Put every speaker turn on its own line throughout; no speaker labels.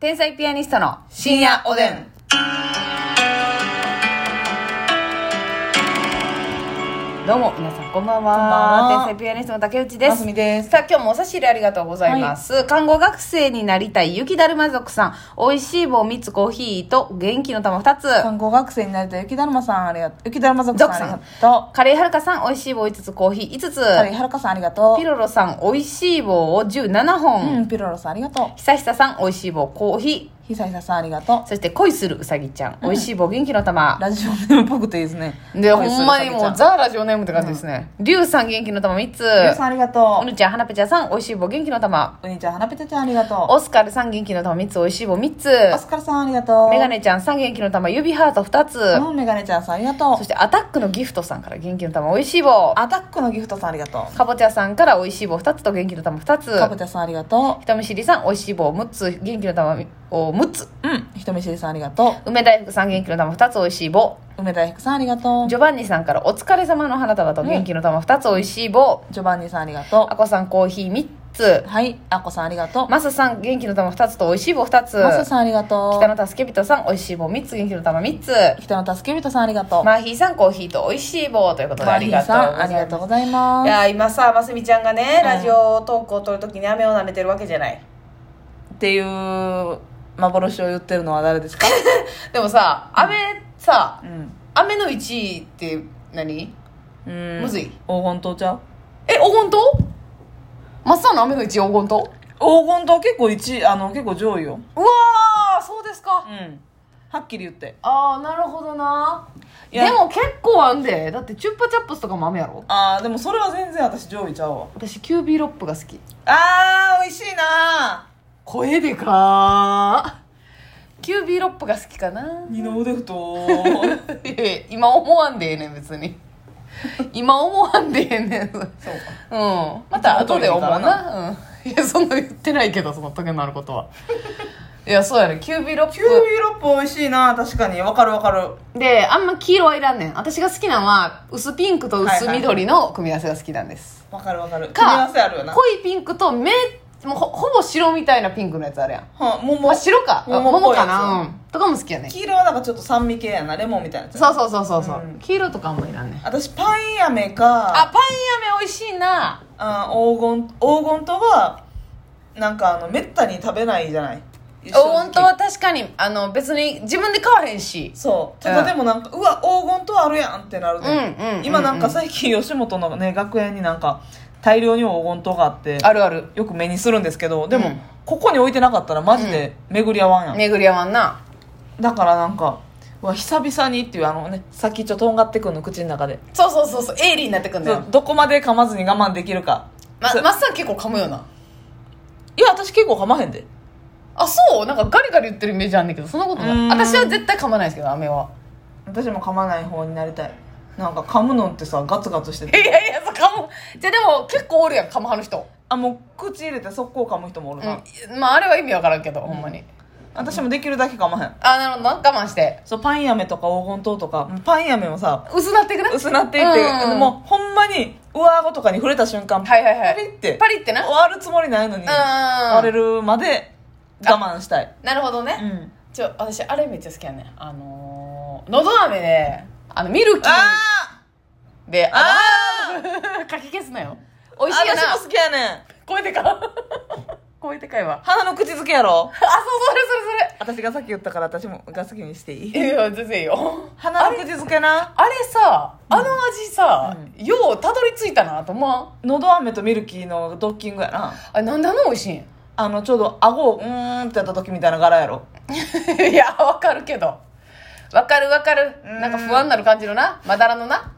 天才ピアニストの深夜おでん。どうも皆さんこんばんは。
んばん
天
は
才ピアニストの竹内で
ますす。みです。
さあ今日もお差し入れありがとうございます、看護学生になりたい雪だるま族さんおいしい棒3つコーヒーと元気の玉2つ
看護学生になりたい雪だるまさんありがとう。雪だるま族さん
族
あ
さん
りがと
カレーはるかさんおいしい棒5つコーヒー5
う。カレ
つ
ーはるかさんありがと
ピロロさんおいしい棒を17
う。
本、
うん、ピロロさんありがと
ひさひささんおいしい棒コーヒ
う。ひさひささんありがと
ーそして恋するうさぎちゃんおいしい棒元気の玉
う。、ラジオネームっぽくていいですね。
でほんまにもう
ザ。
ザラジオネームって感じですねりゅうさん元気の玉3つ
ピロさんありがと
おぬちゃんはなぺちゃんさんおいしい棒元気の玉
う。お兄ちゃん、はなぺたちゃんありがと
オスカルさん元気の玉3つおいしい棒3つ
う。オスカルさんありがとう。
メガネちゃんさん元気の玉指ハート2つ、
うん。メガネちゃんさんありがと。
そうしてアタックのギフトさんから元気の玉おいしい棒
アタックのギフトさんありがと
かぼちゃさんからおいしい棒2つと元気の玉2
う。かぼ
つ
ちゃさんありがと
人見知りさんおいしい棒6つ元気の玉を6つ
う。うん。人見知りさんありがと
梅大福さん元気の玉2つおいしい棒
う。梅田ひくさんありがとう。
ジ
ジ
ョバンニさんからお疲れ様の花束と元気の玉2つおいしい棒
ョバンニさんありがと
あこさんコーヒー3つ
う。はい。あこさんありがとう。
マスさん元気の玉2つとおいしい棒2つ
マスさんありがと
北
う。
野助人さんおいしい棒3つ元気の玉3つ
北野助け人さんありがとう。
マーヒーさんコーヒーとおいしい棒ということでありがとうございます
ありがとうございま
い
す。
や今さますみちゃんがね、
い
ラジオトークを撮るときに雨を舐めてるわけじゃない
っていう幻を言ってるのは誰ですか
でもさ雨さ
うん。
雨の1位って何
うん
むずい
黄金島ちゃう
え黄金島真っ青の雨の1位黄金島
黄金島結構1あの、結構上位よ。
うわーそうですか、
うん。はっきり言って。
ああなるほどない
や
でも結構あんでだってチュッパチャップスとかも雨やろ
あー、でもそれは全然私上位ちゃうわ。
私キュービーロップが好き
あー、美味しいな
声でかーキュービーロップが好きかな
二の 腕太ー
いやいや 今思わんでええねん別に今思わんでええねんうん
そうか。
また後で思うなうん、いやそんな言ってないけどその時のあることはいやそうやねキュービーロッ
キュービ
プ
ーロップ美味しいな確かに。わかるわかる。
であんま黄色はいらんねん私が好きなのは薄ピンクと薄緑の組み合わせが好きなんです、
わかるわかる。組
か
み合わせあるよな。
濃いピンクとめもうほほぼ白みたいなピンクのやつあるやん
はも
ま
も
あ、白かあ
桃っ
桃
ぽいや
か
つ
な、うん、とかも好きやね
黄色はなんかちょっと酸味系やな。レモンみたいなやつ。
そうそうそうそうそう、
うん
黄色とかもいらんねん
私、パイン飴か。
あパイン飴美味しいな
あー黄金黄金とはなんかあのめったに食べないじゃない
黄金とは確かにあの別に自分で買わへんし
そうた
うん
だでもなんか、うわ黄金とあるやんってなるね、
うんうんうんうん
今なんか最近吉本のね学園になんか大量に黄金とがあって
あるある
よく目にするんですけどでも、
うん
ここに置いてなかったらマジで巡り合わんやん、
巡り合わんな
だからなんかうわ久々にっていうあのねさっきちょっととんがってくんの口の中で、
そうそうそうそう鋭利になってくんだよ
そうどこまで噛まずに我慢できるか、
ま
そう
マッサン結構噛むよない
や私結構噛まへんで
あそうなんかガリガリ言ってるイメージあんねんけどそんなこと
うー
ない
ん
私は絶対噛まないですけど飴は
私も噛まない方になりたいなんか噛むのってさガツガツして
い
て
やいやそう噛むじゃあでも結構おるやん噛む派の人、
あもう口入れて速攻噛む人もおるな、
うん、まああれは意味わからんけど、ほんまに
私もできるだけ噛まへん
あなるほどな我慢して
そうパイン飴とか黄金糖とかパイン飴もさ
薄なっていくな
薄なっていって、
うん
もうほんまに上顎とかに触れた瞬間、
はいはいはい
パリって
パリってな
終わるつもりないのに
あ
割れるまで我慢したい
なるほどね、
うん
ちょ私あれめっちゃ好きやねあのー、のど飴であのミルキー
あ
で
ーあ
あのかき消すなよ美味しいよな
私も好きやねん
声でか 声でかいわ
鼻の口づけやろ
あそうそ
私がさっき言ったから私もが先にしてい
れそ
い
れいや全然いいよ
鼻の口づけな
あれさあの味さ、ようたどり着いたなと思わん
のど飴とミルキーのドッキングやな
あなんであんな美味しいん
あのちょうど顎をうーんってやった時みたいな柄やろ
いやわかるけどわかるわかる
うん
なんか不安になる感じのなまだらのな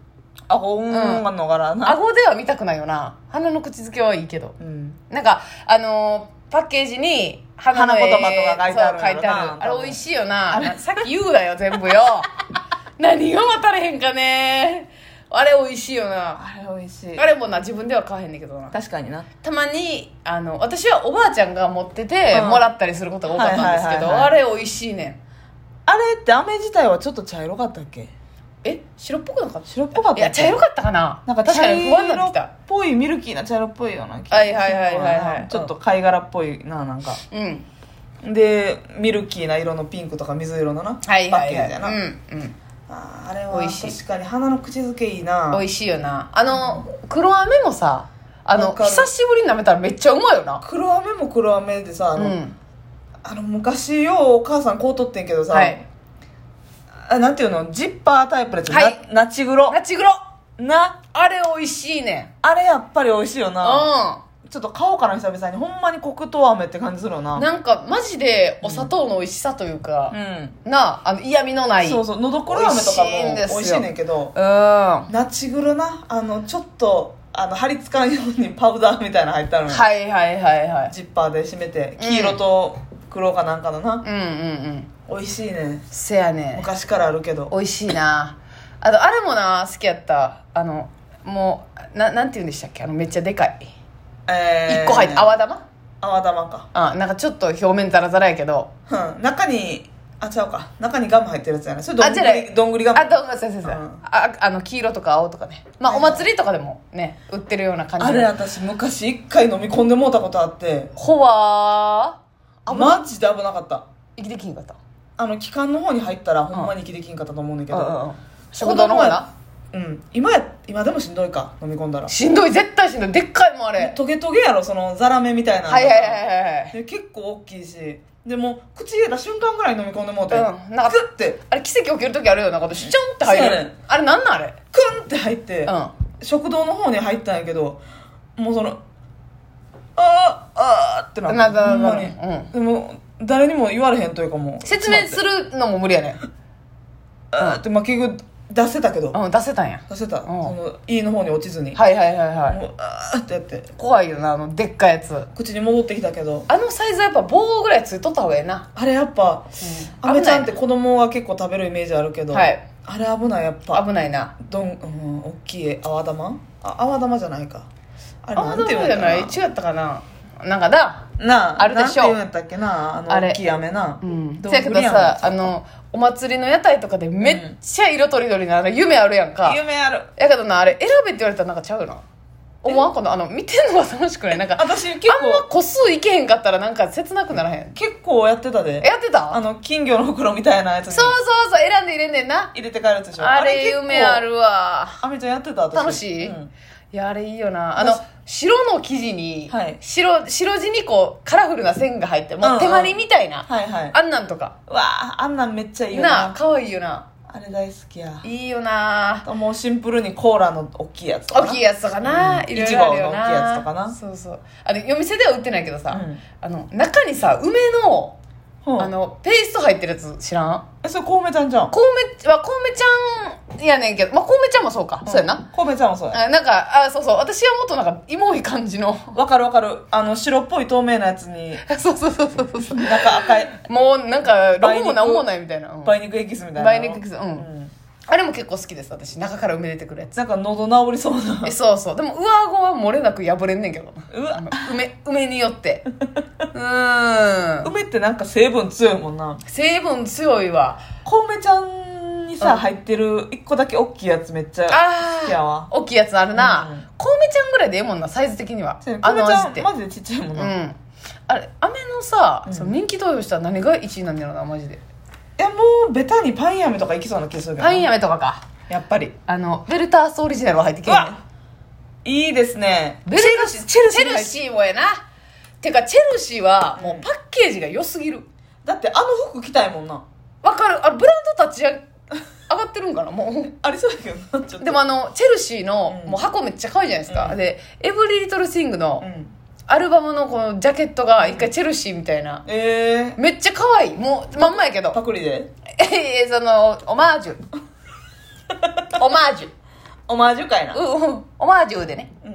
顎うーんの柄な、
顎では見たくないよな鼻の口づけはいいけど
うん、
なんかあのーパッケージに花の絵
花言葉とか書いてあるん
そう書
や
い
ろな
てあ
多
る
分
あれ美味しいよなさっき言うだよ全部よ 何が待たれへんかねあれ美味しいよな
あれ美味しい
あれもな自分では買わへんねんけどな
確かにな
たまにあの私はおばあちゃんが持ってて、
うん
もらったりすることが多かったんですけど、
はいはいは
あれ美味しいねん
あれって飴自体はちょっと茶色かったっけ
え白っぽくなかった
白っぽかった
いや茶色かったかな
なんか
確か
茶
に不安になっ
色
て
っ
きた
ぽいミルキーな茶色っぽいような気
はいはいはいはいはい
ちょっと貝殻っぽいななんか
うん
でミルキーな色のピンクとか水色のな、
はいはい
パ
は
ッケージやな、
いうんうん
あーあれは
美味しい
確かに花の口づけいいな
美味しいよなあの黒飴もさあ
わ
の
かる
久しぶりに舐めたらめっちゃうまいよな
黒飴も黒飴でさあ
う
の,、
ん
あの昔ようお母さんこう取ってんけどさ、
はい
あなんていうのジッパータイプのやつ、
はい
なナチグロ
ナチグロ
な
あれ美味しいね
あれやっぱり美味しいよ
う
なんちょっと買おうかな久々にほんまに黒糖飴って感じするよな
なんかマジでお砂糖の美味しさというか
う
なああの嫌味のない
んそうそうのどころ飴とかも
美味しいんですよ
美味しいねんけど
うん
ナチグロなあのちょっとあの張り付かんようにパウダーみたいなの入ったのよ
はいはいはいはい
ジッパーで締めて黄色と黒かなんかのな、
うんうんうん
美味しいね
せやね
昔からあるけど
美味しいなあとあれもな好きやったあのもうななんて言うんでしたっけあのめっちゃでかい
え
一個入って泡玉
泡玉か
あなんかちょっと表面ザラザラやけど
うん中にあちゃうか中にガム入ってるやつやなそれどん
あ
ぐ
じゃな
り
い
どんぐりガム
あどうも先生、
うん
ああの黄色とか青とかねまあ
は
お
いはい
祭りとかでもね売ってるような感じの
あれ私昔一回飲み込んでもうたことあって
ほわー危ない
マジで危なかった
生きてきんかった
あの気管の方に入ったらほんまに息できんかったと思うねんだけど、
うんうん食堂の方な
うん今や今でもしんどいか飲み込んだら
しんどい絶対しんどいでっかいもんあれ
トゲトゲやろそのザラメみたいなのが
はいはいはい
で結構大きいしでも口入れた瞬間ぐらい飲み込んでもうて、
うんなんか
クッて
あれ奇跡起きる時あるようなことしちゃんって入
そうや
る
ね
あれなんなんあれ
クンって入って、
うん
食堂の方に入ったんやけどもうそのあーあーってなって
なるなる
ほんまに、
なる
でも誰にも言われへんというかもう
説明す
る
るのも無理やね
あーって、まあ、結局出せたけど
うん出せたんや
出せた、
ん
その胃の方に落ちずに、
はいはいはいはい
もうあーってやって
怖いよなあのでっかいやつ
口に戻ってきたけど
あのサイズはやっぱ棒ぐらいついとった方がええな
あれやっぱ、
うん
アメちゃんって子供は結構食べるイメージあるけど、
はい
あれ危ないやっぱ
危ないな
どん、うん、大きい泡玉あ泡玉じゃないかあれ
あ
なん
ん
て
て
いうん
じ
や
ゃない違
っ
ったたかななんかだ
ななあ
あるでしょ
なんていうんやったっけなあの
あれ
大きい飴な
うん
ど
せやけ
ん
ど
ぐり飴
さあのお祭りの屋台とかでめっちゃ色とりどりなあの夢あるやんか
夢ある
やけどなあれ選べって言われたらなんかちゃうよな思わんかなあの見てんのが楽しくないなんかあんま
私結構
個数いけへんかったらなんか切なくならへん
結構やってたで
やってた
あの金魚の袋みたいなやつに
そうそうそう選んで入れんねんな
入れて帰るやつでしょ
あれ夢あるわ
アメちゃんやってた私
楽しい、
うん
いやあれいいよなあの白の生地に、
はい
白白地にこうカラフルな線が入って
うん
も
うん
う手まりみたいな、
はいはい
あんなんとか
わああんなんめっちゃいいよ
なあ
な
可愛いよな
あれ大好きや
いいよな
もうシンプルにコーラの大きいやつとか
大
な
きいやつとかな、
うん
いろいろあるよ
いちごの大
な
きいやつとかな
そうそうあの夜店では売ってないけどさ、
うん
あの中にさ梅の
うん
あのペースト入ってるやつ知らん
えそれコウメちゃんじゃん
コウメはコウメちゃんやねんけどまあコウメちゃんもそうか、そうやな
コウメちゃんもそうや
あなんかあそうそう私はもっとなんかイモい感じの
わかるわかるあの白っぽい透明なやつに
そうそうそうそうそう
なんか赤い
もうなんかロゴも何もないみたいな、うん
梅肉エキスみたいな
梅肉エキスうん
ん
あれも結構好きです私中から埋め出てくるやつ
なんか喉治りそうな
えそうそうでも上顎は漏れなく破れんねんけど
うわ
あの梅梅によってうーん
梅ってなんか成分強いもんな
成分強いわ
コウメちゃんにさ、
うん
入ってる一個だけ大きいやつめっちゃ
あ
好きや
あ
わ
大きいやつある
うん
なコウメちゃんぐらいでええもんなサイズ的には
そうやねコ
あ
ウメ
の
ち
味
ゃ
っ
ん
て
マジでちっちゃいもん
う
な、い
んあれ飴のさ、
うん
その人気投票したら何が1位なんやろなマジで
やもうベタにパイン飴とかいきそうな気するけどな
パイン飴とかか
やっぱり
あのベルタースオリジナルは入ってけ
う
えへんね
わいいですね
ベルタス
チェルシー
チェルシーもやなてかチェルシーはもうパッケージが良すぎる
だってあの服着たいもんな
わかるあブランド立ち上がってるんかなもう
ありそうだけどなちょっと
でもあのチェルシーの
うん
もう箱めっちゃ可愛いじゃないですか、
うん
で「エブリリトル・シング」の
うん
アルバムのこのジャケットが一回チェルシーみたいな
え
めっちゃ可愛いもうまんまやけ
ー、パ
ど
クリで
ええそのオマージ ュオマージュ
オマージュかいな
うんうんオマージュでね
うん
う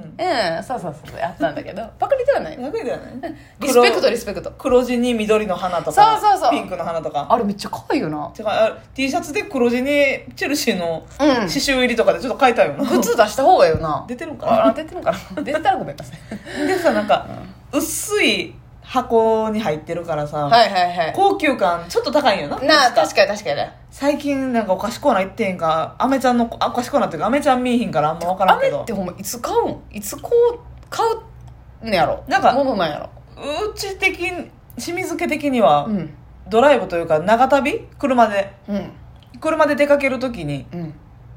んそうそうそうやったんだ けどパクリではない
パクリだよね
リスペクトリスペクト
黒黒地に緑の花とか
そうそうそう
ピンクの花とか
あれめっちゃ可愛いよな
てかあ T シャツで黒地にチェルシーの
うん
刺繍入りとかでちょっと書いたよな
靴出した方がいいよな
出てるんか
あ
な
出てるんかな出てたらごめんなさい
でさなんか薄い箱に入ってるからさ、
はいはいは
高級感ちょっと高いんよない
なあ確かに確かにね
最近なんかお菓子コーナー行ってへんかアメちゃんのあお菓子コーナーっていうかアメちゃん見えへんからあんま分からん
雨
けど
ってほんまいつ買うんいつこう買うんやろ
なんか
ものなんやろ
うち的清水家的には、
うん
ドライブというか長旅車で
うん
車で出かけるときに
う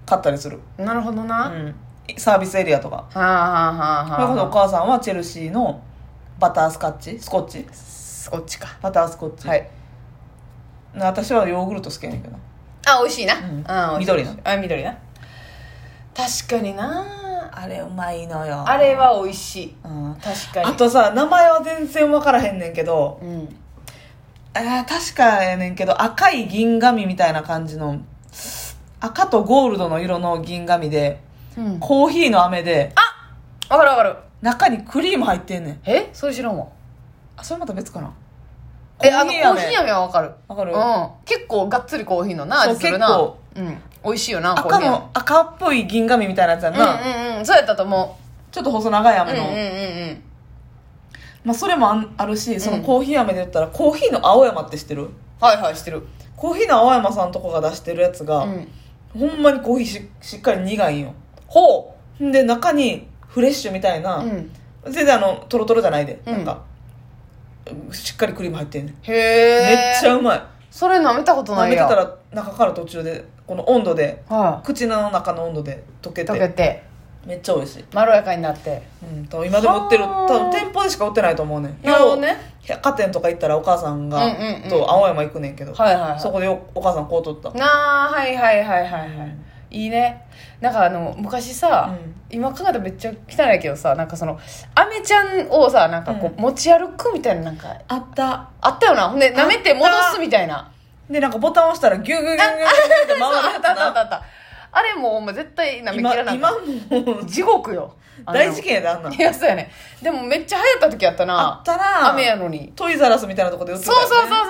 買ったりする、
んなるほど
う
な、は
ん、サービスエリアとか
あはあは
そ
あは
れこそ
あ
お母さんはチェルシーのバタースカッチスコッチ
こっちか
バタースコッチ、
はい
な私はヨーグルト好きやねんけど
あ美味しいな、
ん
あ美味しい
緑の
あ緑な確かにな
あれうまいのよ
あれ、は美味しい
うん、
確かに
あとさ名前は全然分からへんねんけど
うん
あー確かやねんけど赤い銀紙みたいな感じの赤とゴールドの色の銀紙で
うんわ
コーヒーの飴で
かるわかる
中にクリーム入ってんねん
えそれ知らんわ
あそれまた別かな
えあのコ
飴
ーヒー飴はわかる
わかる
うん、結構がっつりコーヒーのな
そう
味するな
結構
うん、美味しいよな
赤の赤っぽい銀紙みたいなやつやん
コーヒー飴
な、
うんうんうんそうやったと思
ちょっと細長いう
うんう
飴
んう
の、
んうん
まあ、それもあんあるしそうの
ん
コーヒー飴で言ったらコーヒーの青山って知ってる
はいはいしてる
コーヒーの青山さんとこが出してるやつが、
うん
ほんまにコーヒーししっかり苦いんよほうんで中にフレッシュみたいな、
うん
全然あのトロトロじゃないで、
うん
なんかしっかりクリーム入ってんねん
へ
め
え
っちゃうまい
それ舐めたこと
舐
ない
めて
や
たら中から途中でこの温度で
は
口の中の温度で溶け
い
て
溶けて
めっちゃ美味しい、
まろやかになって
うん、多分今でも売ってる
は
多
あ
分店舗でしか売ってないと思うねん
なるほどね
百貨店とか行ったらお母さんが、
うんうんうん
と青山行くねんけど、
はいはいはい
そこでおお母さんこう取った、
なあはいはいはいはいは
う
い
ん
いいねなんかあの昔さ、
うん
今考えたらめっちゃ汚いけどさなんかそのアメちゃんをさなんかこう、
うん
持ち歩くみたいななんか
あった
あったよなほんで
た
舐めて戻すみたいな
でなんかボタン押したらギュギュギュギュギュって回る
そうあ
や
ったあったあ
つ
った
な
あったあれもうほんま絶対舐めき
今
らな
今
い
もう
地獄よあんなの
大事件やであんなん
いやそうやねでもめっちゃ流行った時やった
あ
な
ったな
雨やのに
トイザラスみたいなとこで売ってた
そうそうそうそう